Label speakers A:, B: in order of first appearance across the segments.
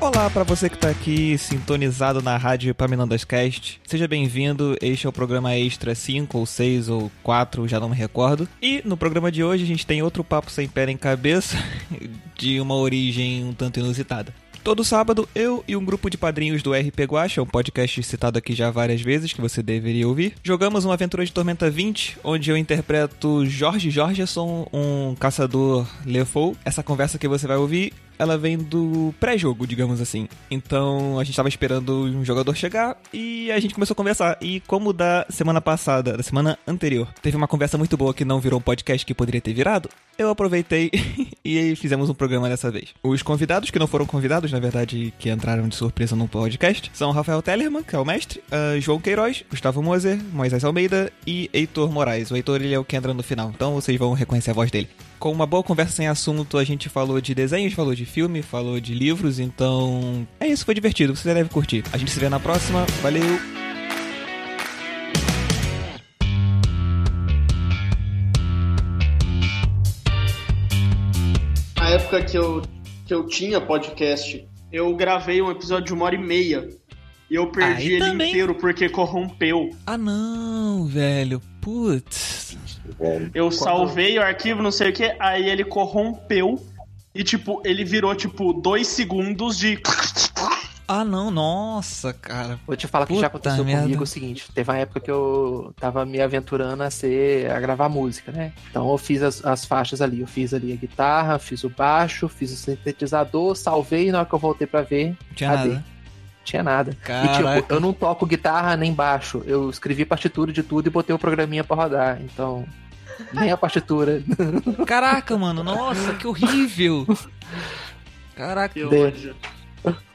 A: Olá para você que tá aqui sintonizado na rádio Paminandas Cast. Seja bem-vindo. Este é o programa extra 5 ou 6 ou 4, já não me recordo. E no programa de hoje a gente tem outro papo sem pé em cabeça de uma origem um tanto inusitada. Todo sábado, eu e um grupo de padrinhos do RP Guacha, um podcast citado aqui já várias vezes, que você deveria ouvir, jogamos uma aventura de Tormenta 20, onde eu interpreto Jorge Jorgeson, um caçador Lefou. Essa conversa que você vai ouvir, ela vem do pré-jogo, digamos assim. Então, a gente tava esperando um jogador chegar e a gente começou a conversar. E como da semana passada, da semana anterior, teve uma conversa muito boa que não virou um podcast que poderia ter virado, eu aproveitei e fizemos um programa dessa vez. Os convidados, que não foram convidados, na verdade, que entraram de surpresa no podcast, são Rafael Tellerman, que é o mestre, ah, João Queiroz, Gustavo Moser, Moisés Almeida e Heitor Moraes. O Heitor, ele é o que entra no final, então vocês vão reconhecer a voz dele. Com uma boa conversa sem assunto, a gente falou de desenhos, falou de filme, falou de livros, então é isso, foi divertido, você deve curtir. A gente se vê na próxima, valeu!
B: na época que eu, que eu tinha podcast, eu gravei um episódio de uma hora e meia. E eu perdi
A: Aí
B: ele
A: também.
B: inteiro porque corrompeu.
A: Ah não, velho, putz.
B: Eu salvei o arquivo, não sei o que, aí ele corrompeu. E, tipo, ele virou, tipo, dois segundos de.
A: Ah não, nossa, cara.
C: Vou te falar que já
A: Puta
C: aconteceu
A: merda.
C: comigo o seguinte, teve uma época que eu tava me aventurando a ser a gravar música, né? Então eu fiz as, as faixas ali, eu fiz ali a guitarra, fiz o baixo, fiz o sintetizador, salvei e na hora que eu voltei pra ver,
A: Não tinha
C: Cadê?
A: nada.
C: tinha nada. E
A: Caraca.
C: tipo, eu não toco guitarra nem baixo, eu escrevi partitura de tudo e botei o programinha pra rodar, então nem a partitura.
A: Caraca, mano, nossa, que horrível. Caraca.
B: Eu-
C: Dele.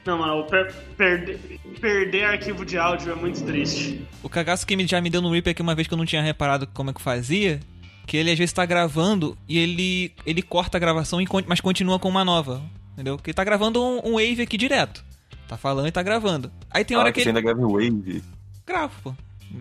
B: Não, mano, per- perder, perder arquivo de áudio é muito triste.
A: O cagaço que me- já me deu no Reaper aqui uma vez que eu não tinha reparado como é que fazia, que ele às vezes tá gravando e ele, ele corta a gravação, e con- mas continua com uma nova. Entendeu? Porque ele tá gravando um, um wave aqui direto. Tá falando e tá gravando. Aí tem hora
D: Ah,
A: que
D: você
A: ele
D: ainda grava em Wave.
A: grava, pô.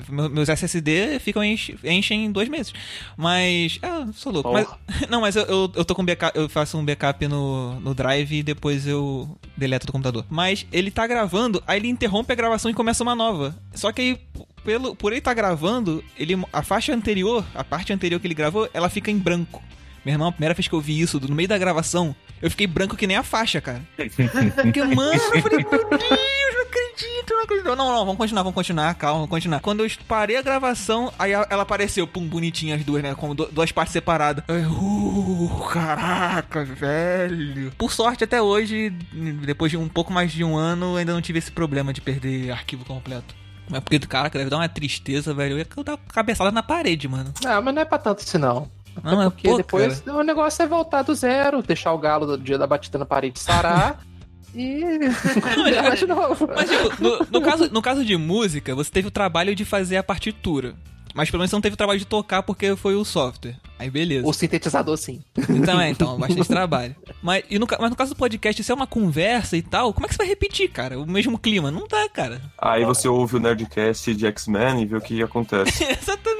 A: Meu- Meus SSD ficam enche- enchem em dois meses. Mas. Ah, sou louco. Mas, não, mas eu, eu, eu tô com backup. Eu faço um backup no, no drive e depois eu deleto do computador. Mas ele tá gravando, aí ele interrompe a gravação e começa uma nova. Só que aí, p- pelo, por ele tá gravando, ele, a faixa anterior, a parte anterior que ele gravou, ela fica em branco. Meu irmão, a primeira vez que eu vi isso, no meio da gravação, eu fiquei branco que nem a faixa, cara. Porque, mano, eu falei, meu Deus, não acredito, não acredito. Não, não, vamos continuar, vamos continuar, calma, vamos continuar. Quando eu parei a gravação, aí a- ela apareceu, pum, bonitinha as duas, né? Com du- duas partes separadas. Aí, uh, caraca, velho. Por sorte, até hoje, depois de um pouco mais de um ano, eu ainda não tive esse problema de perder arquivo completo. Mas porque, caraca, deve dar uma tristeza, velho. Eu ia dar uma cabeçada na parede, mano.
C: Não, mas não é pra tanto isso não. Até
A: Não, é
C: porque
A: pouco,
C: depois o negócio é voltar do zero, deixar o galo do dia da batida na parede sarar e gravar de novo.
A: Mas, tipo, no, no caso, no caso de música, você teve o trabalho de fazer a partitura. Mas pelo menos você não teve o trabalho de tocar porque foi o software. Aí beleza.
C: O sintetizador, sim.
A: Então é, então, bastante trabalho. Mas, e no, ca- mas no caso do podcast, se é uma conversa e tal, como é que você vai repetir, cara? O mesmo clima? Não dá, cara.
D: Aí você ouve o Nerdcast de X-Men e vê o que acontece.
A: Exatamente.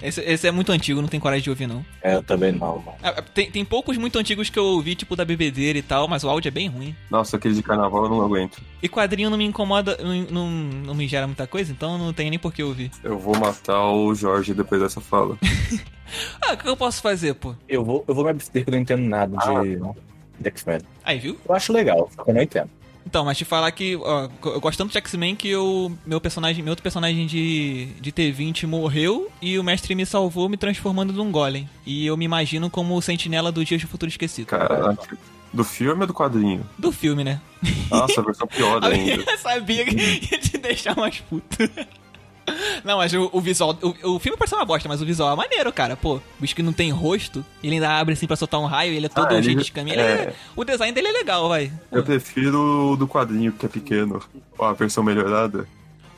A: Esse, esse é muito antigo, não tem coragem de ouvir, não.
E: É, eu também não, mano.
A: Ah, Tem, tem poucos muito antigos que eu ouvi, tipo da bebedeira e tal, mas o áudio é bem ruim.
D: Nossa, aquele de carnaval eu não aguento.
A: E quadrinho não me incomoda, não, não, não me gera muita coisa, então não tem nem por que ouvir.
D: Eu vou matar o Jorge depois dessa fala.
A: Ah, o que eu posso fazer, pô?
E: Eu vou, eu vou me abster porque eu não entendo nada de, de X-Men.
A: Aí, viu?
E: Eu acho legal, porque eu não entendo.
A: Então, mas te falar que ó, eu gosto tanto de X-Men que eu, meu personagem, meu outro personagem de, de T20 morreu e o mestre me salvou me transformando num golem. E eu me imagino como o sentinela do Dias do Futuro Esquecido.
D: Caraca. Do filme ou do quadrinho?
A: Do filme, né?
D: Nossa, a versão pior ainda.
A: Eu sabia que ia te deixar mais puto. Não, mas o, o visual. O, o filme parece uma bosta, mas o visual é maneiro, cara. Pô, o bicho que não tem rosto, ele ainda abre assim pra soltar um raio, ele é todo
D: Ah, ele-
A: jeito de caminho. ele é-
D: é.
A: o design dele é legal, vai.
D: Eu prefiro o do quadrinho, que é pequeno. Ó, a versão melhorada.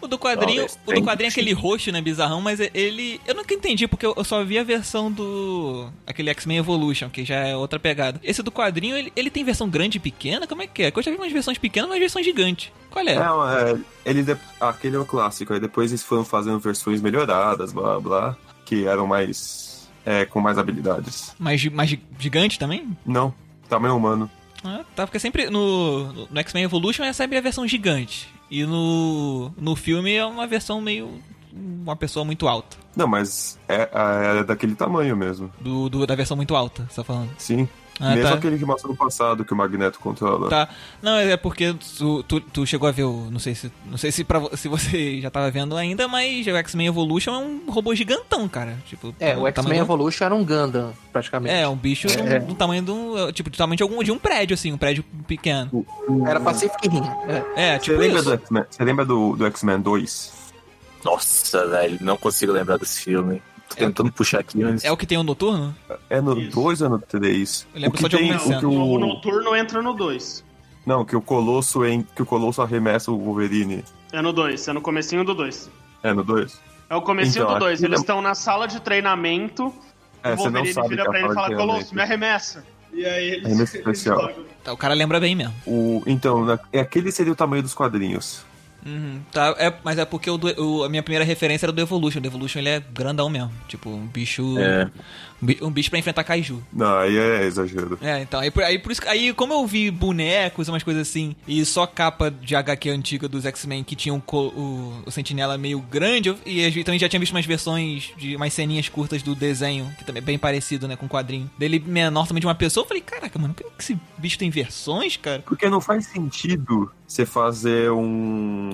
A: O do quadrinho,
E: Talvez
A: o do
E: tenha.
A: quadrinho é aquele roxo, né, bizarrão, mas ele. Eu nunca entendi, porque eu eu só vi a versão do. Aquele X-Men Evolution, que já é outra pegada. Esse do quadrinho, ele, ele tem versão grande e pequena? Como é que é? Que eu já vi umas versões pequenas e umas versões gigantes. Qual é?
D: É, é ele de- aquele é o clássico. Aí depois eles foram fazendo versões melhoradas, blá blá, que eram mais. É, com mais habilidades.
A: Mais, gi- mais gi- gigante também?
D: Não, tamanho humano.
A: Ah, tá, porque sempre no, no- no X-Men Evolution é sempre a versão gigante. E no, no filme é uma versão meio. uma pessoa muito alta.
D: Não, mas é, é daquele tamanho mesmo.
A: Do, do- da versão muito alta, você tá falando.
D: Sim.
A: Ah,
D: Mesmo
A: tá.
D: aquele que mostra no passado que o Magneto controla.
A: Tá. Não, é porque tu, tu, tu chegou a ver o. Não sei se. Não sei se, pra, vo- se você já tava vendo ainda, mas o X-Men Evolution é um robô gigantão, cara. Tipo,
C: É,
A: do
C: o X-Men
A: tamanho do-
C: Evolution era um Gundam, praticamente.
A: É, um bicho do-
C: É.
A: do tamanho de um. Tipo, do tamanho de algum de um prédio, assim, um prédio pequeno.
C: Era Pacific Rim.
A: É,
C: É.
D: Você
A: tipo
D: lembra,
A: isso.
D: do X-Men- você lembra do, do X-Men 2?
E: Nossa, velho, não consigo lembrar desse filme.
B: É.
E: Tô tentando puxar aqui, mas.
A: É o que tem o noturno?
D: É no
B: Isso.
D: 2 ou no 3?
A: Eu lembro
D: o que
A: só de
D: tem,
A: alguma cena.
D: o que
B: O jogo
D: o,
B: noturno entra no 2.
D: Não, que o Colosso em, que o Colosso arremessa o Wolverine.
B: É no 2, é no comecinho do 2.
D: É no 2?
B: É o comecinho
D: Então,
B: do 2.
D: aqui
B: Eles
D: não.
B: estão na sala de treinamento.
D: É,
B: o
D: você não
B: Wolverine
D: sabe que
B: vira
D: é a
B: pra ele e
D: fala
B: fala,
D: de
B: Colosso, me
D: treinamento.
B: arremessa. E aí eles...
D: Arremesso
B: eles
D: especial.
B: jogam.
A: Tá, o cara lembra bem mesmo.
D: O, então, na- é aquele seria o tamanho dos quadrinhos.
A: Uhum, tá, é, mas é porque o do- o- a minha primeira referência era do Evolution. O do Evolution ele é grandão mesmo. Tipo, um bicho.
E: É.
A: Um bi- um bicho pra enfrentar Kaiju.
D: Não, aí é exagero.
A: É, então, aí, por- aí por isso que- aí como eu vi bonecos, umas coisas assim, e só capa de HQ antiga dos X-Men que tinham co- o, o Sentinela meio grande, eu- e eu também já tinha visto umas versões de umas ceninhas curtas do desenho, que também é bem parecido, né, com o quadrinho. Dele menor também de uma pessoa, eu falei, caraca, mano, por que esse bicho tem versões, cara?
D: Porque não faz sentido você fazer um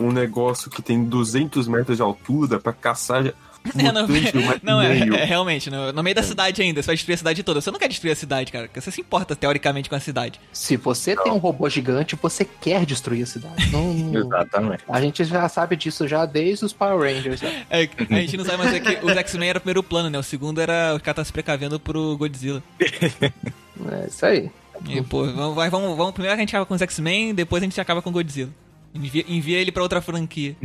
D: um negócio que tem 200 metros de altura pra caçar
A: É, não,
D: mutante de um metro
A: Não,
D: e
A: é,
D: meio.
A: é, realmente, no, no meio da cidade ainda, você vai destruir a cidade toda. Você não quer destruir a cidade, cara, porque você se importa teoricamente com a cidade.
C: Se você tem um robô gigante, você quer destruir a cidade. Não-
E: Exatamente.
C: a gente já sabe disso já desde os Power Rangers. né?
A: É, a gente não sabe mais é que os X-Men era o primeiro plano, né? O segundo era o cara tá se precavendo pro Godzilla.
C: É isso aí.
A: E, pô, vamos, vai, vamos, vamos. Primeiro a gente acaba com os X-Men, depois a gente acaba com o Godzilla. Envia, envia ele pra outra franquia.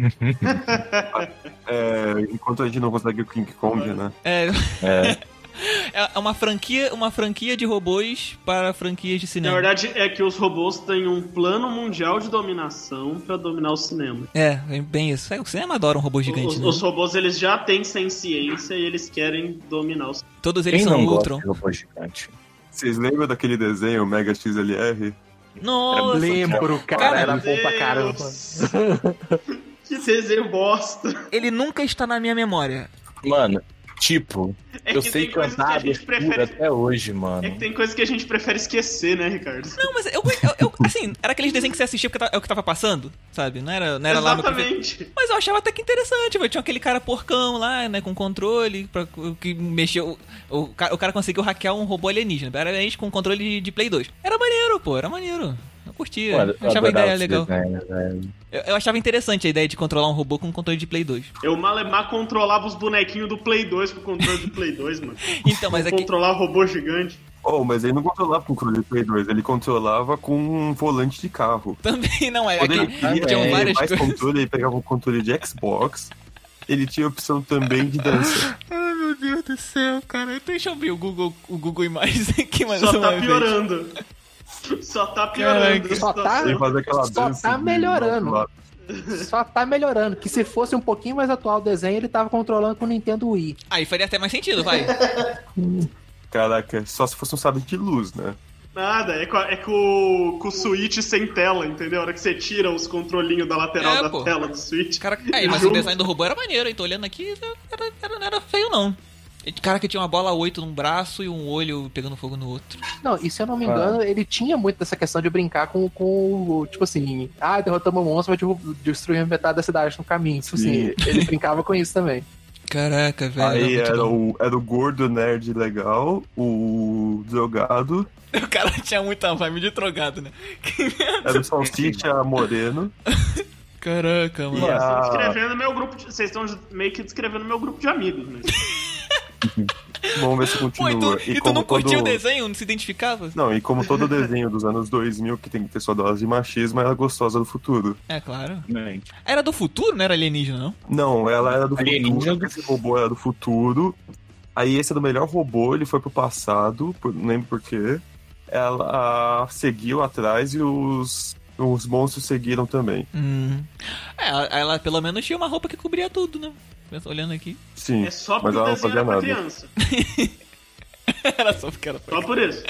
D: É, enquanto a gente não consegue o King Kong, né?
A: É,
E: É.
A: é uma franquia, uma franquia de robôs para franquias de
B: Na
A: cinema.
B: verdade, é que os robôs têm um plano mundial de dominação pra dominar o cinema.
A: É, é bem isso. É, o cinema adora um robô gigante,
B: os,
A: né?
B: os robôs, eles já têm sem ciência e eles querem dominar o cinema.
A: Todos eles
E: Quem
A: são
E: não
A: Ultron.
E: gosta de robô gigante?
D: Vocês lembram daquele desenho Mega XLR?
E: É
A: Nossa,
C: Lembro, cara, era bom pra caramba.
B: que desenho bosta.
A: ele nunca está na minha memória.
E: Mano, tipo,
B: É
E: eu
B: que
E: sei
B: tem coisas que
E: cantar
B: a
E: a
B: gente
E: abertura
B: prefere...
E: até hoje, mano.
B: É que tem coisas que a gente prefere esquecer, né, Ricardo?
A: Não, mas eu, eu- eu- assim, era aqueles desenhos que você assistia porque tá- é o que tava passando, sabe? Não era, não era lá no que-
B: Exatamente.
A: Mas eu achava até que interessante, velho. Tinha aquele cara porcão lá, né, com controle, pra, que mexeu. O, o ca- o cara conseguiu hackear um robô alienígena. Era alienígena com controle de, de Play 2. Era maneiro, pô, era maneiro. Eu curtia.
E: Mano,
A: eu achava a
E: adorava
A: ideia
E: esse
A: legal.
E: desenho, velho.
A: Eu, eu achava interessante a ideia de controlar um robô com controle de Play 2.
B: Eu malemar controlava os bonequinhos do Play 2 com o controle do Play 2, mano.
A: Então, mas é que.
B: Controlar robô gigante.
D: Oh, mas ele não controlava com o controle do Play 2, ele controlava com um volante de carro.
A: Também não, é, é
D: Quando ele
A: que
D: queria
A: tinham
D: ter
A: várias
D: mais
A: coisas.
D: controle, ele pegava o controle de Xbox. Ele tinha a opção também de dança.
A: Ai, meu Deus do céu, cara. Deixa eu abrir o Google, o Google Imagens aqui mais
B: Só
A: uma
B: tá
A: vez.
B: piorando. Só tá piorando.
A: Caraca.
B: a
C: Só tá-
B: situação.
D: Ele fazia aquela
C: Só
D: dança.
C: tá
D: de-
C: melhorando. Só tá melhorando. Que se fosse um pouquinho mais atual o desenho, ele tava controlando com o Nintendo Wii.
A: Aí faria até mais sentido, vai.
D: Caraca, só se fosse um sabre de luz, né?
B: Nada, é com, a- é com, o- com o Switch sem tela, entendeu? A hora que você tira os controlinhos da lateral
A: É,
B: da
A: pô.
B: tela do Switch.
A: Cara, aí, É, mas o design do robô era maneiro, hein? Tô olhando aqui, era, era- não era feio, não. Cara que tinha uma bola 8 num braço e um olho pegando fogo no outro.
C: Não, e se eu não me
E: Ah.
C: engano, ele tinha muito dessa questão de brincar com, com o- tipo assim, ah, derrotamos um monstro, vai derru- destruir metade da cidade no caminho. Tipo assim, ele brincava com isso também.
A: Caraca, velho.
D: Aí
A: É, muito
D: era
A: bom.
D: o, era o gordo nerd legal, o drogado,
A: o cara tinha muita vibe de drogado, né?
D: era o salsicha moreno.
A: Caraca,
D: E
A: mano.
B: Vocês estão
D: a...
B: descrevendo meu grupo de- Vocês estão meio que descrevendo meu grupo de amigos, né?
D: Vamos ver se
A: Pô, e
D: continua.
A: tu, e tu não curtiu o
D: todo-
A: desenho? Não se identificava?
D: Não, e como todo desenho dos anos 2000 que tem que ter sua dose de machismo, ela é gostosa do futuro.
A: É, claro.
E: Gente,
A: Era do futuro, não era alienígena, não?
D: Não, ela era do
E: Alienígena
D: futuro,
E: do-
D: esse robô era do futuro. Aí esse era o melhor robô, ele foi pro passado, por- não lembro porquê. Ela ah, seguiu atrás e os, os monstros seguiram também.
A: Hum. É, ela- ela pelo menos tinha uma roupa que cobria tudo, né? Olhando aqui.
D: Sim,
B: É só
D: mas
B: porque
D: ela
B: o
D: não
B: desenho
D: fazia
B: era pra
D: nada.
B: criança.
A: Era só porque era pra
B: Só por isso.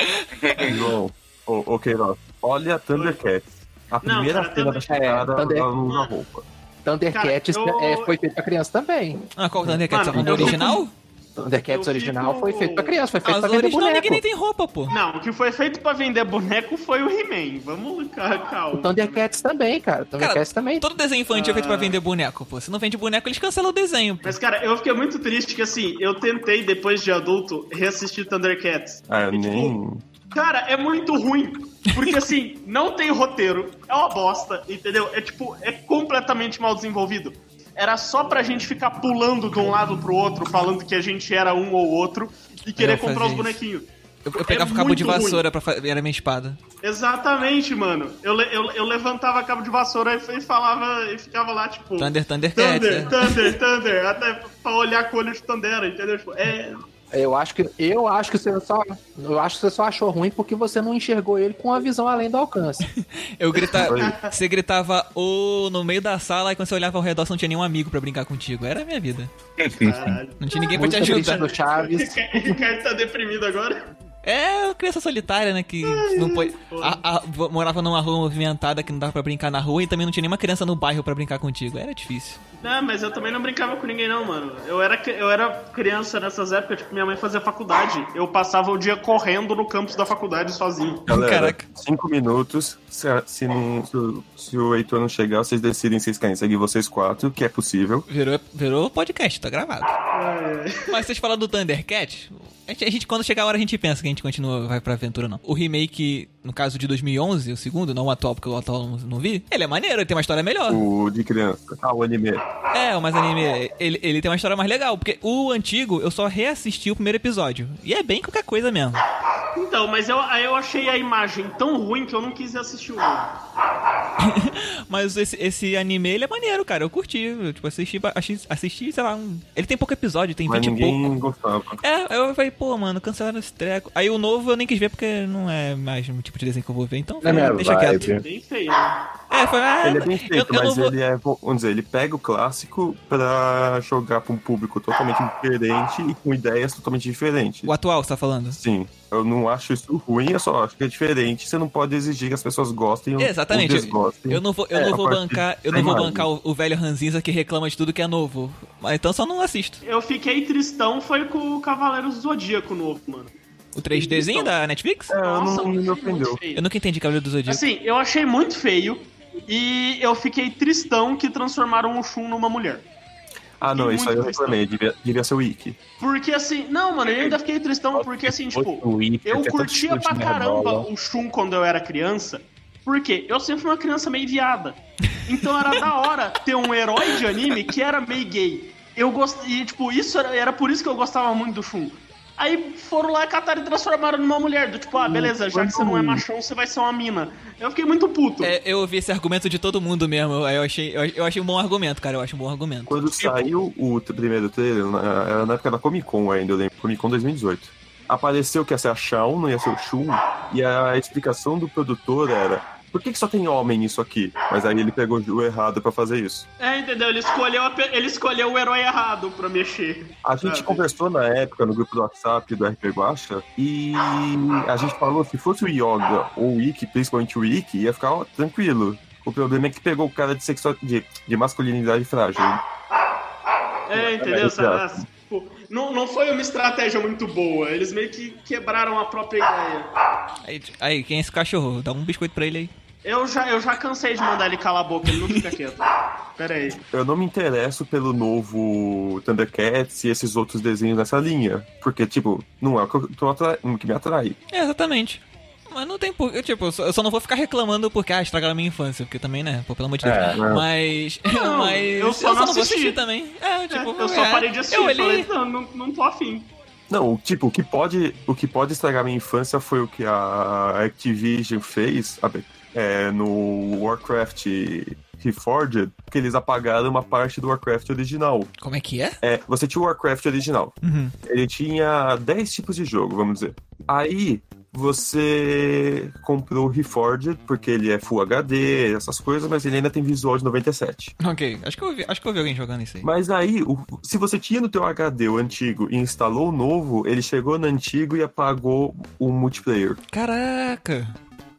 D: Não. Ô, ô, Queiroz, olha a Thundercats. A
B: Não,
D: primeira
B: cara,
D: cena da
B: Thunder-
D: chegada
C: É, Thunder-
D: ela não usa roupa.
C: Thundercats
B: Cara, eu-
C: Então, é, foi feito pra criança também.
A: Ah, qual que é o Thundercats? A
B: Mano,
A: roupa
B: eu-
A: original?
C: Thundercats
B: Eu
C: original
B: fico-
C: foi feito pra criança, foi
A: Ah,
C: feito
A: as
C: pra vender
A: original
C: boneco.
A: ninguém nem tem roupa, pô.
B: Não, o que foi feito pra vender boneco foi o He-Man. Vamos, ca- calma.
C: O Thundercats Então, também, cara. O Thundercats também.
A: Todo desenho infantil é feito
B: Ah.
A: pra vender boneco, pô. Se não vende boneco, eles cancelam o desenho, pô.
B: Mas, cara, eu fiquei muito triste que, assim, eu tentei, depois de adulto, reassistir Thundercats.
D: Ah, eu
B: E, tipo,
D: nem.
B: Cara, é muito ruim. Porque, assim, não tem roteiro. É uma bosta, entendeu? É, tipo, é completamente mal desenvolvido. Era só pra gente ficar pulando de um lado pro outro, falando que a gente era um ou outro, e querer
A: eu fazia
B: comprar os
A: isso.
B: bonequinhos.
A: Eu,
B: é
A: eu pegava cabo de
B: muito
A: vassoura pra fazer. Era minha espada.
B: Exatamente, mano. Eu, le- eu, eu levantava cabo de vassoura e, e falava, e ficava lá, tipo...
A: Thunder, Thundercats.
B: Thunder,
A: é.
B: Thunder, Thunder, até pra olhar com o olho de Tandera, entendeu? Tipo, é,
C: Eu acho que eu acho que você só eu acho que você só achou ruim porque você não enxergou ele com a visão além do alcance.
A: Eu gritava. Você gritava ô no meio da sala e quando você olhava ao redor, você não tinha nenhum amigo pra brincar contigo. Era a minha vida.
B: caralho.
A: Não tinha ninguém pra te
C: Muito triste
A: ajudar.
C: do Chaves.
B: O Ricardo tá deprimido agora.
A: É, uma criança solitária, né? Que não pode. a- a- v- morava numa rua movimentada que não dava pra brincar na rua e também não tinha nenhuma criança no bairro pra brincar contigo. Era difícil.
B: Não, mas eu também não brincava com ninguém, não, mano. Eu era, cri- eu era criança nessas épocas, tipo, minha mãe fazia faculdade. Eu passava o dia correndo no campus da faculdade sozinho.
D: Galera,
A: Caraca.
D: cinco minutos. Se, a- se, não, se, o- se o Heitor não chegar, vocês decidem se vocês querem seguir vocês quatro, que é possível.
A: Virou, virou podcast, tá gravado. Mas vocês falaram do Thundercat? A gente, a gente, quando chegar a hora, a gente pensa que a gente continua, vai pra aventura, não. O remake, no caso de 2011, o segundo, não o atual, porque o atual eu não, não vi, ele é maneiro, ele tem uma história melhor.
D: O de criança. Ah, o anime.
A: É, o mais anime, ele, ele tem uma história mais legal, porque o antigo, eu só reassisti o primeiro episódio. E é bem qualquer coisa mesmo.
B: Então, mas eu, aí eu achei a imagem tão ruim que eu não quis assistir o outro.
A: Mas esse, esse anime, ele é maneiro, cara, eu curti. Eu, tipo, assisti, ba- assisti, assisti, sei lá, um... ele tem pouco episódio, tem 20
D: Mas
A: e pouco.
D: ninguém gostava.
A: É, aí eu falei, pô, mano, cancelaram esse treco. Aí o novo eu nem quis ver porque não é mais um tipo de desenho que eu vou ver, então
E: minha
A: falei, deixa
E: vibe.
A: quieto.
B: Bem feio. né?
A: É, foi, ah,
D: é Ele é bem
A: eu,
D: feito,
A: eu não
D: mas
A: vou.
D: ele é. Vamos dizer, ele pega o clássico pra jogar pra um público totalmente diferente e com ideias totalmente diferentes.
A: O atual, você tá falando?
D: Sim, eu não acho isso ruim, eu só acho que é diferente. Você não pode exigir que as pessoas gostem ou-
A: Exatamente.
D: ou desgostem.
A: Eu não vou, eu
D: É,
A: não
D: a
A: vou
D: partir
A: bancar,
D: da
A: eu não vou
D: imagem.
A: bancar o, o velho Ranzinza que reclama de tudo que é novo. Mas então só não assisto.
B: Eu fiquei tristão, foi com o Cavaleiro do Zodíaco novo, mano.
A: O 3Dzinho da Netflix?
D: É, eu não-
B: Nossa,
D: não me
B: achei muito
D: ofendeu.
B: feio.
A: Eu nunca entendi Cavaleiro do Zodíaco.
B: Assim, eu achei muito feio e eu fiquei tristão que transformaram o Shun numa mulher.
D: Ah, não,
B: Tem
D: isso aí eu
B: muita questão.
D: reclamei, devia, devia ser o Wiki.
B: Porque assim, não, mano, eu ainda fiquei tristão porque assim, tipo,
E: é tá
B: eu curtia pra caramba o Shun quando eu era criança, porque eu sempre fui uma criança meio viada. Então era da hora ter um herói de anime que era meio gay. Eu gostei, e, tipo, isso era, era por isso que eu gostava muito do Shun. Aí foram lá catar e transformaram numa mulher, do tipo, ah, beleza, já que você não é machão, você vai ser uma mina. Eu fiquei muito puto.
A: É, eu ouvi esse argumento de todo mundo mesmo. aí Eu achei, eu, eu achei um bom argumento, cara. Eu acho um bom argumento.
D: Quando saiu o t- primeiro trailer, na, era na época da Comic Con ainda, eu lembro, Comic Con 2018. Apareceu que ia ser a Shawn, não ia ser o Shun, e a explicação do produtor era: por que, que só tem homem nisso aqui? Mas aí ele pegou o errado pra fazer isso.
B: É, entendeu? Ele escolheu, a pe- ele escolheu o herói errado pra mexer.
D: A gente
B: Sabe?
D: conversou na época no grupo do WhatsApp do RP Guacha e a gente falou se fosse o Yoga ou o Ikki, principalmente o Ikki, ia ficar ó, tranquilo. O problema é que pegou o cara de, sexua- de, de masculinidade frágil.
B: É, entendeu?
D: Exato.
B: Sabe? Tipo, não, não foi uma estratégia muito boa. Eles meio que quebraram a própria ideia.
A: Aí, aí, quem é esse cachorro? Dá um biscoito pra ele aí.
B: Eu já, eu já cansei de mandar ele calar a boca, ele não fica quieto. Pera aí.
D: Eu não me interesso pelo novo Thundercats e esses outros desenhos nessa linha. Porque, tipo, não é o que, eu tô atra- o que me atrai.
A: É, exatamente. Mas não tem por. eu, Tipo, eu só, eu só não vou ficar reclamando porque, ah, estragaram a minha infância. Porque também, né? Pô, pelo amor de Deus.
E: É,
D: né?
A: mas.
B: Não,
A: mas.
B: eu só não
A: vou
B: assisti.
A: assistir também. É, tipo,
B: eu só
A: é,
B: parei de assistir.
A: Eu
B: Eu
A: olhei.
B: falei, não, não, não tô afim.
D: Não, o- tipo, o que pode, o que pode estragar minha infância foi o que a Activision fez sabe? É, no Warcraft Reforged, que eles apagaram uma parte do Warcraft original.
A: Como é que é?
D: É, você tinha o Warcraft original,
A: Uhum.
D: ele tinha 10 tipos de jogo, vamos dizer. Aí você comprou o Reforged, porque ele é Full HD, essas coisas, mas ele ainda tem visual de 97.
A: Ok, acho que eu vi, acho que eu vi alguém jogando isso aí.
D: Mas aí, o- se você tinha no teu HD o antigo e instalou o novo, ele chegou no antigo e apagou o multiplayer.
A: Caraca!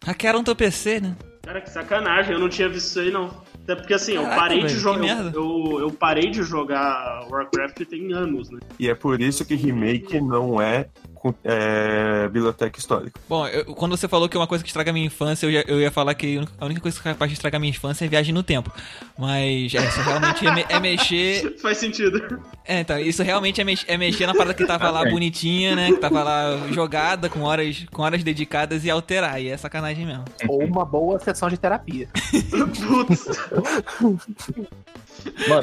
A: Hackearam teu PC, né?
B: Cara, que sacanagem, eu não tinha visto isso aí não. Até porque assim, eu
A: Caraca,
B: parei de
A: velho, que
B: jogar. Eu,
A: merda.
B: eu, eu parei de jogar Warcraft tem anos, né?
D: E é por isso que remake não é, co- é, biblioteca histórica.
A: Bom, eu- quando você falou que uma coisa que estraga a minha infância, eu ia, eu ia falar que a única coisa que é capaz de estragar a minha infância é viagem no tempo. Mas é, isso realmente é, me- é mexer.
B: Faz sentido.
A: É, então, isso realmente é, mex- é mexer na parada que
D: Tá
A: tava lá bonitinha, né? Que tava lá jogada, com horas, com horas dedicadas e alterar. E é sacanagem mesmo.
C: Ou uma boa sessão de terapia.
B: Putz.
E: Mano,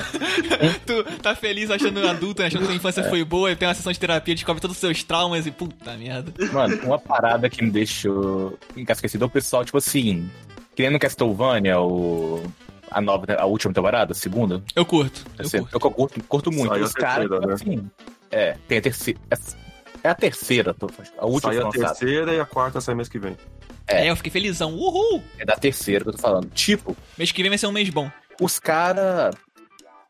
A: Tu tá feliz achando adulto, né? achando que tua infância foi boa e tem uma sessão de terapia, descobre todos os seus traumas e puta merda.
E: Mano, uma parada que me deixou encasquecido é o pessoal, tipo assim, que nem no Castlevania, o... a, nova, a última temporada, a segunda.
A: Eu curto. Eu
E: Assim,
A: curto.
E: eu curto, curto muito.
D: Saiu a
E: Os caras,
D: terceira,
E: tipo
D: né?
E: assim. É, tem a terceira. É a terceira, tô- a última
D: Sai
E: foi
D: a
E: lançada.
D: terceira e a quarta sai mês que vem.
A: É, eu fiquei felizão. Uhul!
E: É da terceira que eu tô falando. Tipo,
A: Mês que vem vai ser um mês bom.
E: os caras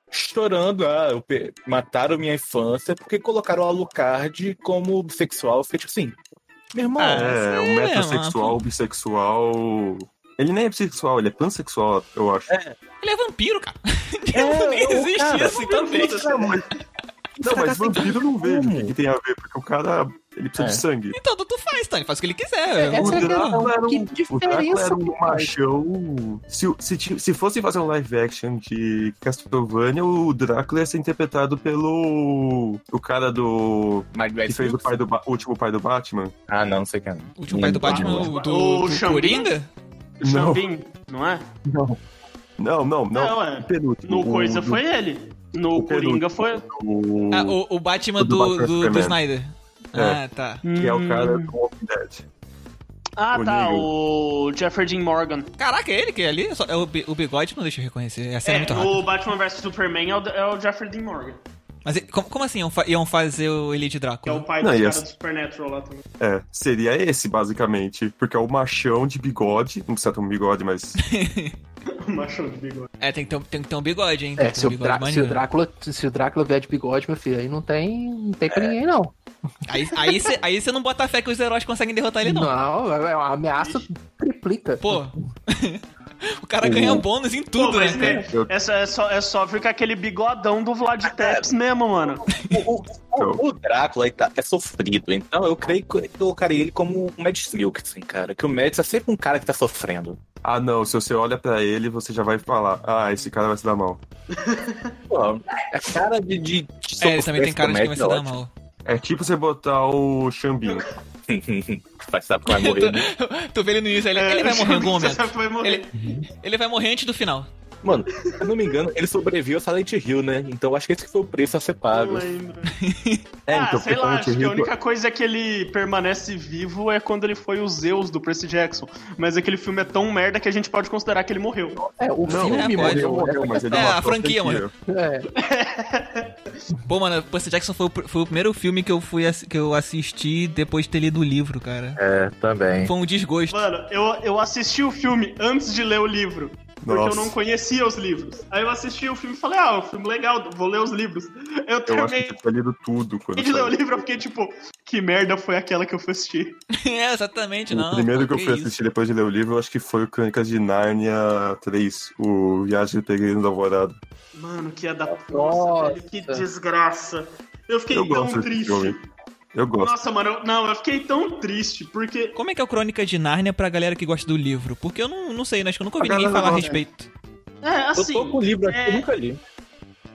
E: chorando, ah, eu pe- mataram minha infância porque colocaram o Alucard como bissexual. Eu fiquei tipo assim, meu irmão,
A: Ah,
D: É,
A: sim,
D: um metrosexual,
A: mano.
D: bissexual. Ele nem é bissexual, ele é pansexual, eu acho.
A: Ele é vampiro, cara.
E: É,
A: nem
E: eu-
A: existe
E: cara,
C: um
A: isso então também.
D: Não, mas, não, mas vampiro eu não vejo o que, que tem a ver, porque o cara ele precisa
E: É.
D: de sangue.
A: Então, tu faz, tá? Ele faz o que ele quiser.
C: É,
A: Eu-
C: essa é a
A: eu-
C: questão.
D: Drácula Então, era
C: Que
D: um- O Drácula
C: diferença
D: era um
C: faz?
D: machão. Se, o- se, ti- se fosse fazer um live action de Castlevania, o Drácula ia ser interpretado pelo. O cara do.
E: Mas- é
D: Que fez o, pai do, Ba- o último pai do Batman.
E: Ah, não, não sei quem.
A: O último pai do Batman,
B: Não.
A: o do,
B: O
A: do
B: Xambim?
A: Coringa?
D: Não.
B: Champin, não é?
D: Não, não, não.
B: Não, é.
D: Penúltimo.
B: No
D: O-
B: Coisa
D: do-
B: foi ele. No
D: o
B: Coringa foi.
D: O,
A: Ah, o, o Batman
D: O
A: do,
D: do Batman
A: do, do
D: Superman.
A: Snyder.
D: É.
A: Ah, tá.
D: Que é o cara
B: Hum.
D: do Walking Dead.
B: Ah,
D: o
B: tá,
D: negro.
B: o Jeffrey Dean Morgan.
A: Caraca, é ele que é ali? Só- é o, bi- o bigode não deixa eu reconhecer. A cena é
B: É,
A: muito rápida.
B: o Batman vs Superman é o, é o Jeffrey Dean Morgan,
A: Mas ele- como, como assim iam, fa- iam fazer o Elite
B: que é
A: Drácula?
B: o pai
D: Não,
B: dos
D: e
B: caras
D: essa-
B: do Supernatural lá também.
D: É, seria esse, basicamente. Porque é o machão de bigode. Não precisa ter um bigode, mas.
B: O macho de bigode.
A: É, tem que, ter, um- tem que ter um bigode, hein? Tem
C: É,
A: que ter
C: se
A: um
C: o, Drá- se
A: maneiro.
C: o Drácula, se o Drácula vier de bigode, meu filho, aí não tem, não tem com
A: É.
C: ninguém, não.
A: Aí você aí cê- aí cê não bota fé que os heróis conseguem derrotar ele, não.
C: Não, é uma ameaça triplica.
A: Pô. o cara ganha bônus em tudo,
B: Pô, mas
A: né?
B: tem- é, só, é, só, é só vir com aquele bigodão do
A: Ah,
B: Vlad
A: é.
B: Tepes mesmo, mano.
E: O, o- o- o Drácula ele tá- é sofrido, então eu creio que eu colocaria ele como o Mad Milk, assim, cara. Que o Mads é sempre um cara que tá sofrendo.
D: Ah, não. Se você olha pra ele, você já vai falar: Ah, esse cara vai se dar mal.
E: Pô, a cara de. de, de
A: É, ele também tem cara de que vai se dar
E: sofrência
A: mal.
D: É tipo você botar o Xambinho.
E: do Mads é ótimo. Vai saber que vai morrer. né?
A: Tu, tu vê ele no início, ele,
B: É.
A: ele vai morrer em algum momento. Ele, ele vai morrer antes do final.
E: Mano, se eu não me engano, ele sobreviveu a Silent Hill, né? Então acho que esse foi o preço a ser
B: Não
E: pago.
B: lembro.
D: É,
B: ah,
D: então,
B: sei lá, acho que
D: porque
B: a
D: Silent Hill-
B: única coisa é que ele permanece vivo é quando ele foi o Zeus do Percy Jackson. Mas aquele filme é tão merda que a gente pode considerar que ele morreu.
C: É, o
D: Não,
A: é,
C: filme
A: pode.
D: morreu, morreu, mas ele
A: É, a
D: matou
A: franquia,
D: franquia.
C: É,
A: Pô, mano, Percy Jackson foi o, pr- foi o primeiro filme que eu, fui, assi- que eu assisti depois de ter lido o livro, cara.
E: É, também.
A: Foi um desgosto.
B: Mano, eu, eu assisti o filme antes de ler o livro. Porque eu
D: Nossa.
B: não conhecia os livros. Aí eu assisti o filme e falei, ah, o filme legal, vou ler os livros. Eu
D: Eu acho que tá
B: terminei
D: tinha lido tudo quando.
B: de ler o
D: saiu.
B: livro, eu fiquei tipo, que merda foi aquela que eu fui assistir?
A: é, exatamente, não.
D: O primeiro
A: pô,
D: que eu fui
A: isso.
D: assistir depois de ler o livro, eu acho que foi o Crônicas de Nárnia 3, o Viagem do Peregrino da Alvorada.
B: Mano, que ia dar
C: Nossa.
B: Nossa, velho, que desgraça. Eu fiquei
D: Eu
B: tão
D: gosto desse
B: triste.
D: filme. Eu gosto.
B: Nossa, mano, eu- não, eu fiquei tão triste, porque
A: Como é que é o Crônica de Nárnia pra galera que gosta do livro? Porque eu não, não sei, né? Acho que eu nunca ouvi
D: A
A: ninguém
D: galera
A: falar a
D: gosta.
A: respeito.
B: É,
E: Eu
B: assim,
E: tô com o livro aqui, eu
B: é-
E: nunca li.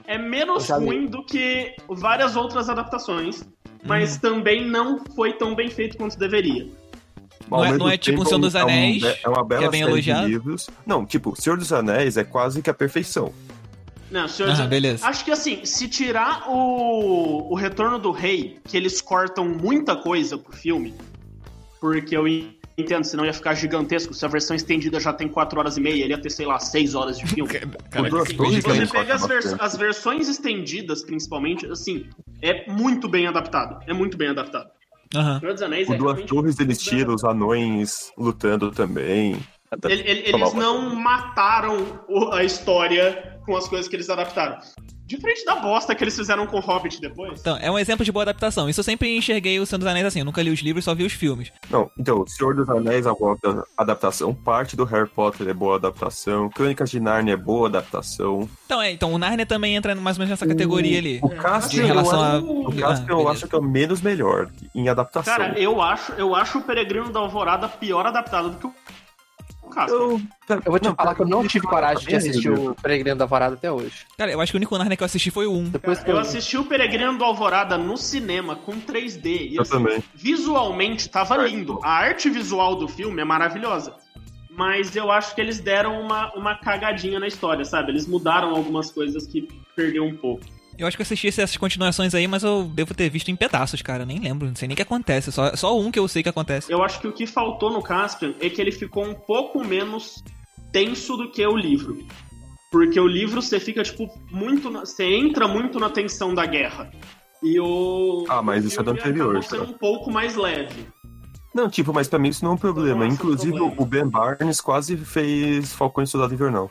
B: é
C: Eu
B: menos
C: já li.
B: ruim do que várias outras adaptações, mas também não foi tão bem feito quanto deveria.
A: Não é- não é tipo um Senhor dos Anéis,
D: é uma bela
A: que é bem
D: série
A: elogiado.
D: de livros. Não, tipo, Senhor dos Anéis é quase que a perfeição.
B: Não, senhor,
A: Ah, beleza.
B: acho que assim, se tirar o, o Retorno do Rei, que eles cortam muita coisa pro filme, porque eu entendo, senão ia ficar gigantesco, se a versão estendida já tem 4 horas e meia, ele ia ter, sei lá, 6 horas de filme.
A: Cara,
D: duas
A: que
D: coisas,
B: Se
A: ridículo.
B: você
D: Basicamente,
B: pega as,
D: corta
B: vers-
D: bastante.
B: as versões estendidas, principalmente, assim, é muito bem adaptado. É muito bem adaptado.
A: Aham.
B: Senhor dos Anéis
D: O
B: é
D: Duas
B: realmente
D: Torres
B: muito
D: eles
B: da-
D: tiram os anões lutando também.
B: Ele- ele-
D: Toma
B: eles
D: uma.
B: não mataram o- a história com as coisas que eles adaptaram. Diferente da bosta que eles fizeram com o Hobbit depois.
A: Então, é um exemplo de boa adaptação. Isso eu sempre enxerguei o Senhor dos Anéis assim. Eu nunca li os livros, só vi os filmes.
D: Não, então, O Senhor dos Anéis é uma boa adaptação. Parte do Harry Potter é boa adaptação. Crônicas de Nárnia é boa adaptação.
A: Então, é, então o Narnia também entra mais ou menos nessa categoria ali.
B: É.
D: O Caspian,
A: em relação a-
D: eu, acho, o Caspian
A: Ah,
D: eu
A: beleza.
D: acho que é o menos melhor em adaptação.
B: Cara, eu acho, eu acho o Peregrino da Alvorada pior adaptado do que o Casper.
D: Eu,
C: Eu vou te
D: Não,
C: falar que eu não
B: tá
C: tive coragem de
D: meu
C: assistir
D: Deus.
C: o Peregrino da Varada até hoje.
A: Cara, eu acho que o único Narnia que eu assisti foi um. o 1.
C: Depois que
B: É, Eu
C: eu.
B: assisti o Peregrino do Alvorada no cinema com 3D e
D: eu
B: assim,
D: também.
B: visualmente tava lindo. A arte visual do filme é maravilhosa. Mas eu acho que eles deram uma, uma cagadinha na história, sabe? Eles mudaram algumas coisas que perdeu um pouco.
A: Eu acho que eu assisti essas continuações aí, mas eu devo ter visto em pedaços, cara. Nem lembro, não sei nem o que acontece. Só, só um que eu sei que acontece.
B: Eu acho que o que faltou no Caspian é que ele ficou um pouco menos tenso do que o livro. Porque o livro você fica, tipo, muito. na- Você entra muito na tensão da guerra. E o.
D: Ah, mas isso é do
B: o filme
D: anterior,
B: acabou sendo um pouco mais leve.
D: Não, tipo, mas pra mim isso não é um problema.
B: Nossa,
D: Inclusive,
B: problema.
D: o Ben Barnes quase fez Falcão e Soldado Invernal.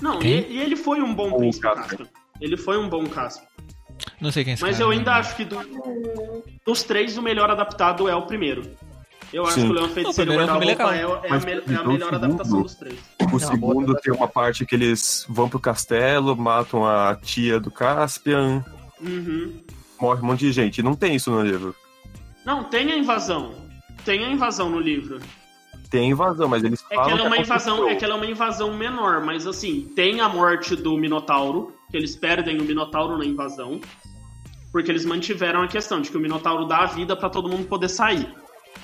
B: Não,
A: Quem?
B: e, e ele foi um bom
D: O
B: príncipe
D: Caspian.
B: Caspian. Ele foi um bom Caspian.
A: Não sei quem é esse
B: Mas
A: cara.
B: eu ainda acho que do- dos três, o melhor adaptado é o primeiro. Eu acho
D: Sim.
B: que o Leão
A: Não, o
B: Feiticeiro e
A: primeiro
B: o
A: é um
B: Guarda-Roupa
A: filme
B: é, o- é a,
D: Mas
B: me- é a
D: então,
B: melhor
D: segundo-
B: adaptação dos três.
D: O
C: boa
D: segundo tem
C: adaptação.
D: uma parte que eles vão pro castelo, matam a tia do Caspian,
B: Uhum.
D: morre um monte de gente. Não tem isso no livro.
B: Não, tem a invasão. Tem a invasão no livro.
D: Tem invasão, mas eles
B: É que
D: falam
B: ela é uma
D: a
B: invasão,
D: construção-
B: é que ela é uma invasão menor, mas assim, tem a morte do Minotauro, que eles perdem o Minotauro na invasão, porque eles mantiveram a questão de que o Minotauro dá a vida pra todo mundo poder sair.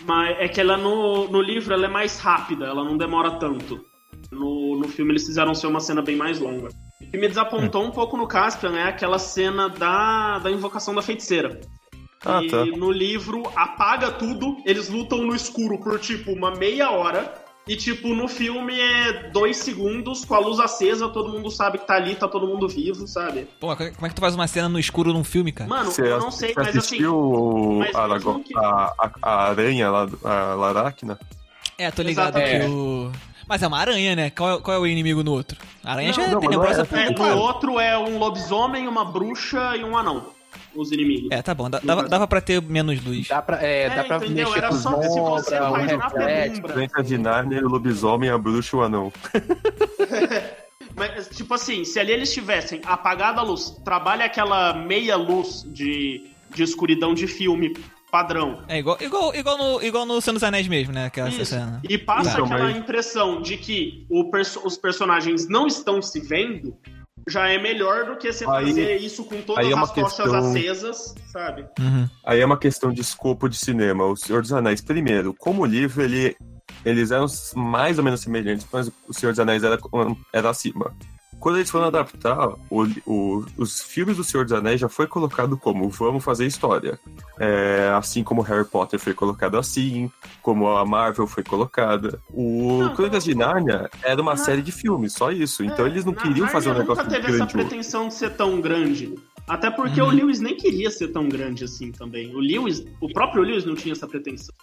B: Mas é que ela no, no livro ela é mais rápida, ela não demora tanto. No, no filme eles fizeram ser uma cena bem mais longa. O que me desapontou um pouco no Caspian é aquela cena da, da invocação da feiticeira.
D: Ah,
B: e
D: tá.
B: no livro apaga tudo, eles lutam no escuro por tipo uma meia hora. E tipo, no filme é dois segundos, com a luz acesa, todo mundo sabe que tá ali, tá todo mundo vivo, sabe?
A: Pô, como é que tu faz uma cena no escuro num filme, cara?
B: Mano,
D: Você
B: eu não sei,
D: você
B: mas assim.
D: assistiu o
B: mas mesmo
D: Aragorn-
B: que-
D: a, a- a aranha lá, do- a Laracna?
A: É, tô ligado
E: Exatamente.
A: que o. Mas é uma aranha, né? Qual é, qual é o inimigo no outro? A aranha
B: Não,
A: já é
D: não, mas não
A: tenebrosa
D: é-
A: pra
B: É,
A: um
B: no
A: cara.
B: outro é um lobisomem, uma bruxa e um anão. Os inimigos.
A: É, tá bom. da- Dava, dava pra ter menos luz.
C: Dá pra, é,
B: É,
C: dá pra
B: entendeu?
C: mexer
B: Era
C: com é
B: só
C: sombra,
B: se você
C: o
B: vai na
C: reflexo.
B: penumbra.
D: Branca de Narnia, o lobisomem, a bruxa e o anão.
B: Mas, tipo assim, se ali eles tivessem apagado a luz, trabalha aquela meia luz de, de escuridão de filme padrão.
A: É igual, igual, igual, no, igual no Senhor dos Anéis mesmo, né? Aquela
B: Isso.
A: cena.
B: E passa
D: Então,
B: aquela
D: mas-
B: impressão de que o perso- os personagens não estão se vendo, já é melhor do que você
D: Aí-
B: fazer isso com todas
D: aí é uma
B: as tochas
D: questão-
B: acesas, sabe?
A: Uhum.
D: Aí é uma questão de escopo de cinema. O Senhor dos Anéis, primeiro, como livro, ele, eles eram mais ou menos semelhantes, mas o Senhor dos Anéis era, era acima. Quando eles foram adaptar, o- o- os filmes do Senhor dos Anéis já foi colocado como vamos fazer história. É, assim como Harry Potter foi colocado assim, como a Marvel foi colocada. O
B: Não,
D: Crônicas de Nárnia era uma
B: na-
D: série de filmes, só isso. Então
B: Ah. É,
D: eles não
B: na
D: queriam fazer um
B: Narnia
D: negócio
B: nunca teve essa
D: grande. Uhum.
B: pretensão de ser tão grande. Até porque o Lewis nem queria ser tão grande assim também. O Lewis, o próprio Lewis não tinha essa pretensão.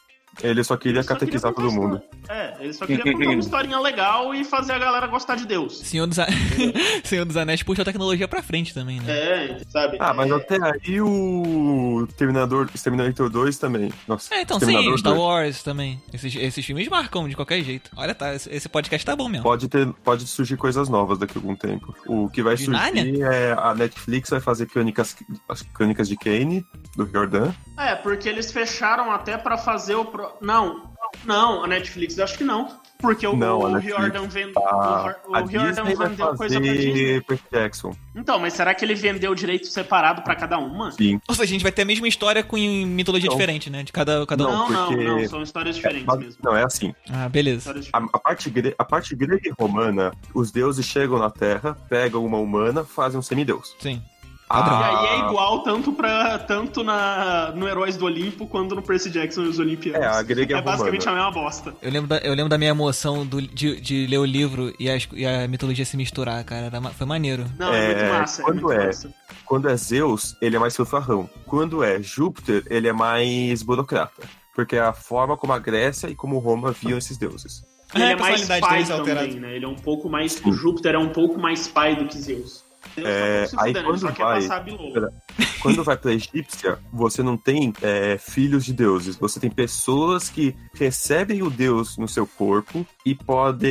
D: Ele só queria
B: Ele só queria
D: catequizar
B: contar
D: todo mundo.
B: história. É, ele só queria contar uma historinha legal e fazer a galera gostar de Deus.
A: Senhor, dos A- Senhor dos Anéis puxa a tecnologia pra frente também, né?
B: É, sabe?
D: Ah, mas
B: É,
D: até aí o Terminador, Exterminator 2 também. Nossa,
A: É, então sim,
D: Exterminador
A: Star
D: 2.
A: Wars também. Esses, esses filmes marcam de qualquer jeito. Olha, tá, esse esse podcast tá bom mesmo.
D: Pode, ter, pode surgir coisas novas daqui a algum tempo. O que vai
A: De
D: surgir é a Netflix vai fazer crônicas, as crônicas de Kane, do Jordan.
B: É, porque eles fecharam até pra fazer o. Pro... Não, não, a Netflix eu acho que não. Porque o,
D: Não,
B: o
D: a Netflix Ah,
B: Riordan vende-
D: A,
B: o
D: a
B: Ri- o Riordan
D: Disney vai
B: vendeu coisa pra Disney.
D: fazer Percy Jackson.
B: Então, mas será que ele vendeu direito separado pra cada uma?
D: Sim.
A: Ou seja, a gente vai ter a mesma história com mitologia
D: Não.
A: diferente, né? De cada, cada um.
B: Não,
D: Não,
B: não,
D: porque-
B: não, são histórias diferentes
D: Mas,
B: mesmo.
D: não, é assim.
A: Ah, beleza.
B: Histórias
D: A,
B: diferentes.
D: a parte, gre- a parte grega e romana, os deuses chegam na Terra, pegam uma humana, fazem um semideus.
A: Sim. Padrão.
B: E aí é
D: Ah.
B: igual tanto, pra, tanto na, no Heróis do Olimpo quanto no Percy Jackson e os Olimpianos.
D: É, a grega é
B: é basicamente a
D: romana.
B: mesma bosta.
A: Eu lembro, da, eu lembro da minha emoção do- de, de ler o livro e, as- e a mitologia se misturar, cara. Era ma- foi maneiro.
B: Não, é,
D: É,
B: muito massa.
D: quando
B: é muito
D: é?
B: massa.
D: Quando é Zeus, ele é mais fanfarrão. Quando é Júpiter, ele é mais burocrata. Porque é a forma como a Grécia e como Roma viam esses deuses.
B: Ele é,
A: a
B: mais
A: personalidade
B: pai
A: deles é alterada.
B: também, né? Ele é um pouco mais. O Júpiter é um pouco mais pai do que Zeus. Deus tá
D: É,
B: pouco se
D: aí
B: fudendo, ele
D: quando
B: só quer
D: vai-
B: passar a bilou.
D: Pera- Quando vai pra egípcia, você não tem é, filhos de deuses. Você tem pessoas que recebem o deus no seu corpo e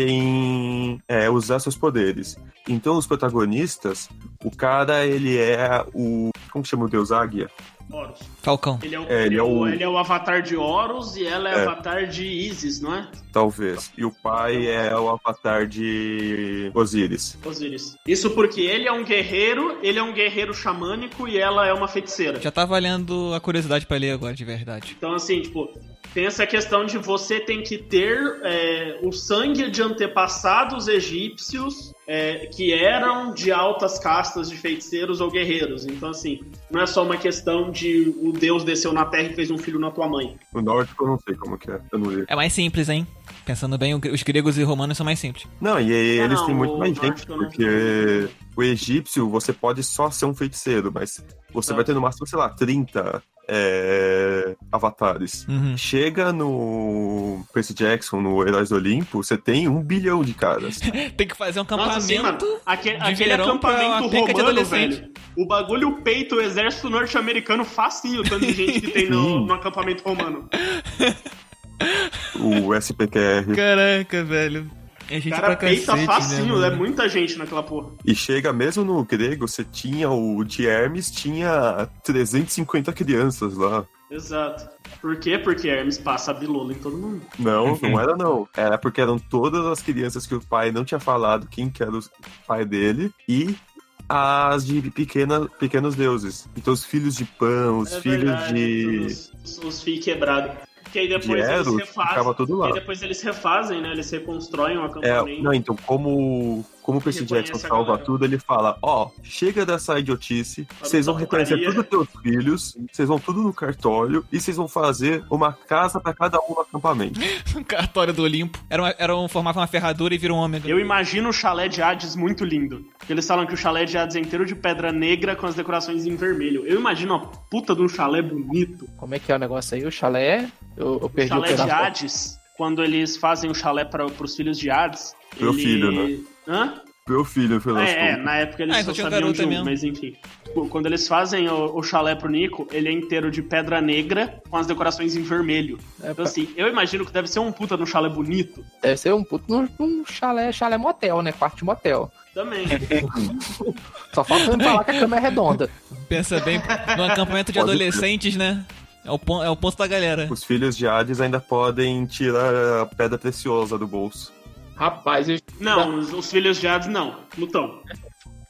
D: podem é, usar seus poderes. Então, os protagonistas, o cara, ele é o... Como que chama o deus águia?
B: Horus.
A: Falcão.
B: Ele é, o,
D: É, ele é o-
B: ele é o avatar de Horus e ela é,
D: É.
B: avatar de Isis, não é?
D: Talvez. E o pai é o avatar de Osíris.
B: Osiris. Isso porque ele é um guerreiro, ele é um guerreiro xamânico e ela é uma feiticeira.
A: Já tá valendo a curiosidade pra ler agora, de verdade.
B: Então, assim, tipo, tem essa questão de você tem que ter é, o sangue de antepassados egípcios é, que eram de altas castas de feiticeiros ou guerreiros. Então, assim, não é só uma questão de o Deus desceu na terra e fez um filho na tua mãe.
D: O nórdico eu não sei como que é, eu não li.
A: É mais simples, hein? Pensando bem, o gre- os gregos e romanos são mais simples.
D: Não, e aí
B: Não,
D: eles têm
B: não,
D: muito
B: o
D: mais
B: nórdico
D: gente,
B: eu não
D: porque o egípcio você pode só ser um feiticeiro, mas você
B: Tá.
D: vai ter no máximo, sei lá, 30 é, avatares.
A: Uhum.
D: Chega no Percy Jackson, no Heróis do Olimpo, você tem um bilhão de caras.
A: Tem que fazer um
B: Nossa, assim, mano,
A: acampamento.
B: aque- aquele,
A: verão pra
B: acampamento
A: uma penca de
B: romano,
A: adolescente.
B: velho. O bagulho peita o exército norte-americano facinho, o tanto de gente que tem no, no acampamento romano.
D: o SPQR.
A: Caraca, velho. É gente
B: O cara
A: pra cacete,
B: peita facinho,
A: né,
B: é
A: mano?
B: muita gente naquela porra.
D: E chega mesmo no grego, você tinha o de Hermes, tinha 350 crianças lá.
B: Exato. Por quê? Porque Hermes passa a bilola em todo mundo.
D: Não, não era não. Era porque eram todas as crianças que o pai não tinha falado quem que era o pai dele e as de pequena, pequenos deuses. Então os filhos de Pan, os
B: É
D: filhos
B: verdade,
D: de,
B: Os, os, os fios quebrados. Que aí
D: de
B: depois eles
D: Eros, ficava
B: refazem.
D: tudo
B: Que aí
D: lá.
B: depois eles refazem, né? Eles reconstroem o
D: É,
B: acampamento.
D: não, então como, como o Percy
B: Reconhece
D: Jackson
B: a
D: salva
B: galera.
D: tudo, ele fala, ó, chega dessa idiotice, vocês vão
B: pra
D: reconhecer
B: putaria.
D: todos os teus filhos, vocês vão tudo no cartório e vocês vão fazer uma casa pra cada um no acampamento.
B: né?
A: Um cartório do Olimpo. Era, uma, era um, formava uma ferradura e vira um ômega.
B: Eu imagino o chalé de Hades muito lindo. Eles falam que o chalé de Hades é inteiro de pedra negra com as decorações em vermelho. Eu imagino uma puta de um chalé bonito.
C: Como é que é o negócio aí? O chalé? Eu, eu
B: O
C: perdi o
B: chalé de
C: pedaço.
B: Hades, quando eles fazem o chalé para os filhos de Hades.
D: Pro filho, né?
B: Hã?
D: Meu filho, pelo menos.
B: É, é, na época eles
A: Ah,
B: só
A: só tinha um
B: sabiam de
A: garota
B: um,
A: mesmo.
B: mas enfim. Pô, Quando eles fazem o, o chalé pro Nico, ele é inteiro de pedra negra com as decorações em vermelho.
C: É,
B: Então assim, eu imagino que deve ser um puta no chalé bonito.
C: Deve ser um puto um, um chalé, chalé motel, né? Quarto de motel.
B: Também.
C: Só falta ele falar que a cama é redonda.
A: Pensa bem, num acampamento de
D: Pode
A: adolescentes, né? É o, pon- é o ponto da galera.
D: Os filhos de Hades ainda podem tirar a pedra preciosa do bolso.
C: Rapaz, eu...
B: Não, os, os filhos de Hades não. Plutão.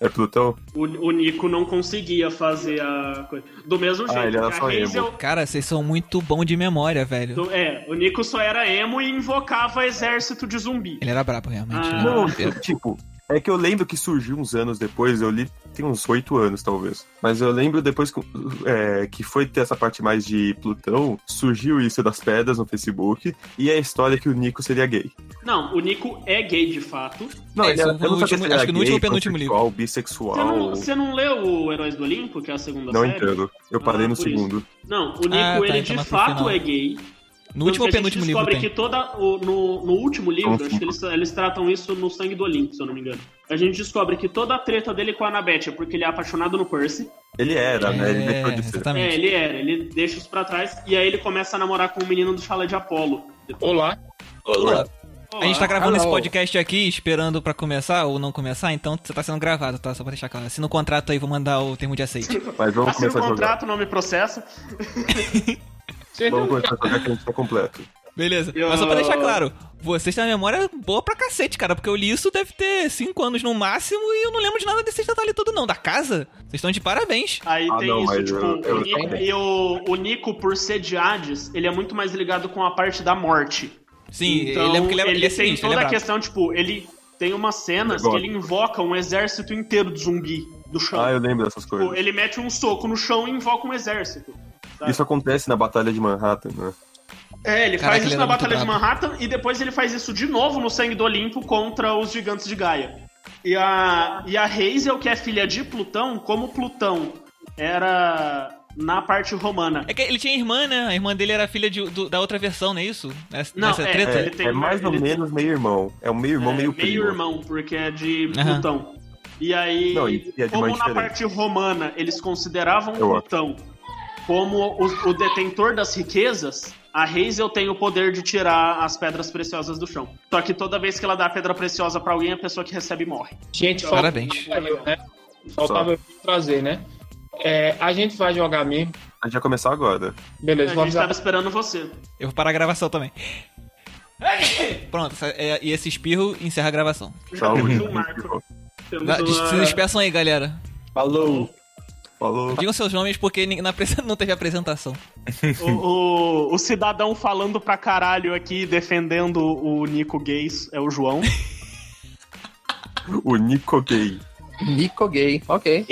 D: É Plutão?
B: O, o Nico não conseguia fazer a coisa. Do mesmo
D: Ah,
B: jeito.
D: ele era
B: que a
D: só
B: Hazel-
A: Cara, vocês são muito bom de memória, velho.
B: do- é, o Nico só era emo e invocava exército de zumbi.
A: Ele era brabo, realmente.
B: Ah.
A: né?
D: Não,
A: Eu-
D: tipo, é que eu lembro que surgiu uns anos depois, eu li tem uns oito anos, talvez. Mas eu lembro depois que, é, que foi ter essa parte mais de Plutão, surgiu isso das pedras no Facebook, e é a história que o Nico seria gay.
B: Não, o Nico é gay de fato.
D: Não,
A: É,
D: ele
A: isso no
D: eu não sabia
A: último-
D: se ele era
A: acho que no último ou
D: gay,
A: penúltimo livro.
D: pansexual,
B: Você não,
D: bissexual.
B: você não leu o Heróis do Olimpo, que é a segunda
D: Não
B: série?
D: entendo. Eu
B: Ah,
D: parei no
B: por isso.
D: segundo.
B: Não, o Nico,
A: Ah, tá,
B: ele
A: então
B: de
A: lá pro
B: fato
A: final.
B: é gay.
A: No último ou
B: Tanto que
A: penúltimo
B: a gente
A: livro tem.
B: descobre que toda o- no, no último livro,
D: Então,
B: acho que eles, eles tratam isso no Sangue do Olimpo, se eu não me engano. A gente descobre que toda a treta dele com a Annabeth é porque ele é apaixonado no Percy.
D: Ele era, né?
A: É,
D: Ele deixou de ser.
B: É,
A: exatamente.
B: ele era, ele deixa isso pra trás e aí ele começa a namorar com o menino do chalé de Apolo.
E: Olá.
A: Olá. A gente tá
B: Ah,
A: gravando esse
C: Hello.
A: podcast aqui, esperando pra começar ou não começar, então você tá sendo gravado, tá? Só pra deixar claro. Assina o contrato aí, vou mandar o termo de aceite.
D: Mas vamos
B: Assina Tá o
D: começar a jogar.
B: contrato, não me processa.
D: Vamos começar a jogar que a gente tá completo.
A: Beleza.
B: Eu-
A: Mas só pra deixar claro, vocês têm uma memória boa pra cacete, cara, porque eu li isso deve ter 5 anos no máximo e eu não lembro de nada desse detalhe todo, não. Da casa? Vocês estão de parabéns.
B: Aí
D: Ah,
B: tem
D: não,
B: isso,
D: mas
B: tipo,
D: eu- eu
B: o Nico,
C: também.
B: e o, o Nico, por ser de Hades, ele é muito mais ligado com a parte da morte.
A: Sim,
B: então,
A: eu lembro que ele, é-
B: ele,
A: ele é
B: tem
A: sinistro, ele
B: toda
A: é
B: a
A: brabo.
B: questão, tipo, ele tem umas cenas
D: Agora.
B: que ele invoca um exército inteiro de zumbi. do chão.
D: Ah, eu lembro dessas coisas.
B: Tipo, ele mete um soco no chão e invoca um exército. sabe?
D: Isso acontece na Batalha de Manhattan, né?
B: É, ele
A: Caraca,
B: faz
A: ele
B: isso
A: era
B: na
A: muito
B: Batalha de
A: brabo.
B: Manhattan e depois ele faz isso de novo no Sangue do Olimpo contra os gigantes de Gaia. E a, e a Hazel, que é filha de Plutão, como Plutão era na parte romana.
A: É que ele tinha irmã, né? A irmã dele era filha de- do- da outra versão, não é isso? Nessa,
B: Não,
A: nessa
B: é,
A: treta?
B: Ele tem-
D: é mais ou
B: ele-
D: menos meio-irmão. É um meio-irmão,
B: É,
D: meio-primo.
B: irmão, porque é de
A: Aham.
B: Plutão. E aí,
D: Não, e- e é de
B: como
D: mãe
B: na
D: diferente.
B: parte romana eles consideravam
D: Eu acho.
B: Plutão como o, o detentor das riquezas, a Hazel tem o poder de tirar as pedras preciosas do chão. Só que toda vez que ela dá a pedra preciosa pra alguém, a pessoa que recebe morre.
F: Gente, falta
A: Parabéns.
F: eu, né? Faltava eu trazer, né? É, a gente vai jogar mesmo.
D: A gente vai começar agora.
F: Beleza,
B: a
F: vamos
B: gente
F: lá.
B: tava esperando você.
A: Eu vou parar a gravação também. Pronto, essa- é- e esse espirro encerra a gravação.
B: Já
D: Saúde.
B: temos um marco. Temos
A: Dá- des- Se
B: uma...
A: despeçam aí, galera.
E: Falou.
D: Falou.
A: Digam seus nomes porque nin- na apresen- não teve apresentação.
B: o, o- o cidadão falando pra caralho aqui, defendendo o Nico Gays, é o João.
D: O Nico Gay.
C: Nico gay, ok.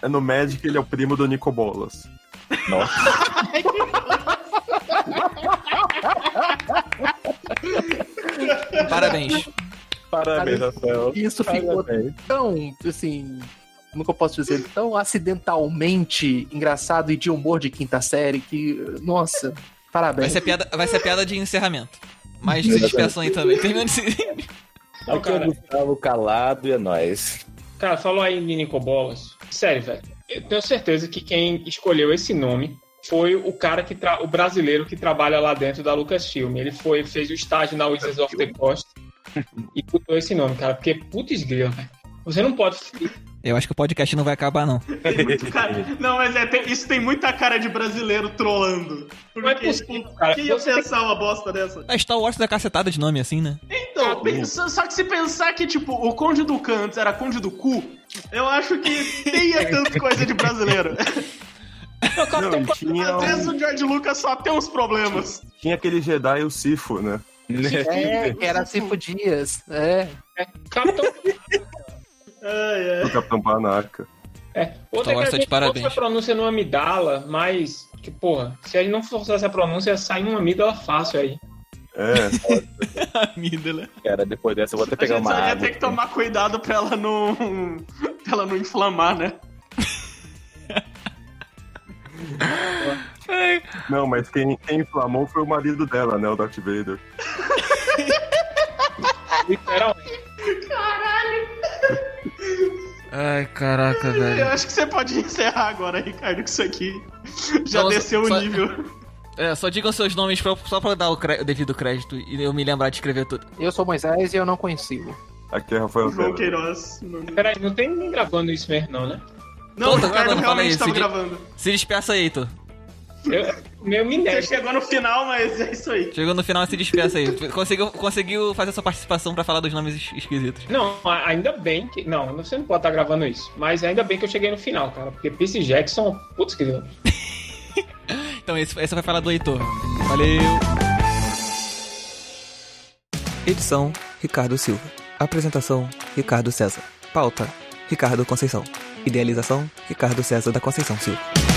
D: É, no Magic ele é o primo do Nico Bolas.
E: Nossa.
A: Parabéns.
E: Parabéns, Rafael.
C: Isso ficou
E: Parabéns.
C: tão, assim, como que eu posso dizer? Tão acidentalmente engraçado e de humor de quinta série que, nossa,
A: Vai
C: parabéns.
A: ser, a piada, vai ser a piada de encerramento. Mas se despeçam aí também. Terminando esse...
E: Aqui é o Gustavo Calado e é nóis.
F: Cara, falou aí de Nicobolas. Sério, velho. Eu tenho certeza que quem escolheu esse nome foi o cara que tra... o brasileiro que trabalha lá dentro da Lucasfilm. Ele foi fez o estágio na Wizards of the Coast e botou esse nome, cara, porque putz grilo, velho. Você não pode
A: Eu acho que o podcast não vai acabar, não.
B: Tem muito cara- Não, mas é, tem- isso tem muita cara de brasileiro trollando. Porque,
F: Não é possível,
B: tipo,
F: cara.
B: Quem ia
F: Você tem-
B: pensar uma bosta dessa?
A: A É Star Wars da cacetada de nome assim, né?
B: Então, pensa- só que se pensar que, tipo, o Conde do Cantos era Conde do Cu, eu acho que nem é tanto coisa de brasileiro.
D: Não, e tinha,
B: Às vezes
D: um-
B: o George Lucas só tem uns problemas.
D: tinha aquele Jedi e o Sifo, né?
C: É, que era cinco dias. É.
F: Capitão
B: Ai, ai.
D: Do Capitão Panaca.
F: É. Outra
A: Star Wars tá
F: que a
A: de
F: gente
A: parabéns.
F: força a pronúncia no amidala, mas, que porra, se ele não forçasse a pronúncia, sai um amidala fácil aí.
D: É,
A: Amígdala.
E: Cara, depois dessa eu vou até
B: A
E: pegar
B: gente
E: uma
B: só ia
E: água.
B: ter que tomar cuidado pra ela não. pra ela não inflamar, né?
D: não, mas quem, quem inflamou foi o marido dela, né? O Darth Vader.
F: Literalmente.
A: Ai, caraca, velho.
B: Eu acho que você pode encerrar agora, Ricardo, que isso aqui já
A: Não, só-
B: desceu
A: só-
B: o nível.
A: É, só digam seus nomes pra- só pra dar o, cre- o devido crédito e eu me lembrar de escrever tudo.
C: Eu sou Moisés e eu não consigo.
D: Aqui é Rafael
B: João
D: Pena.
B: Queiroz. Não,
F: Peraí, não tem ninguém gravando isso mesmo, não, né?
B: não
A: Tô,
B: o
A: tô
B: Ricardo
A: gravando, fala aí,
B: realmente tava
A: Cid.
B: gravando.
A: Se despeça aí, Heitor.
F: Eu, meu
B: Você
F: minério.
B: chegou no final, mas é isso aí.
A: Chegou no final, se despeça aí. Conseguiu, conseguiu fazer sua participação pra falar dos nomes es- esquisitos.
F: Não, a- ainda bem que. Não, você não pode estar gravando isso. Mas ainda bem que eu cheguei no final, cara. Porque Percy Jackson, putz, querido.
A: Então, esse, essa foi a fala do Heitor. Valeu! Edição: Ricardo Silva. Apresentação: Ricardo César. Pauta: Ricardo Conceição. Idealização: Ricardo César da Conceição Silva.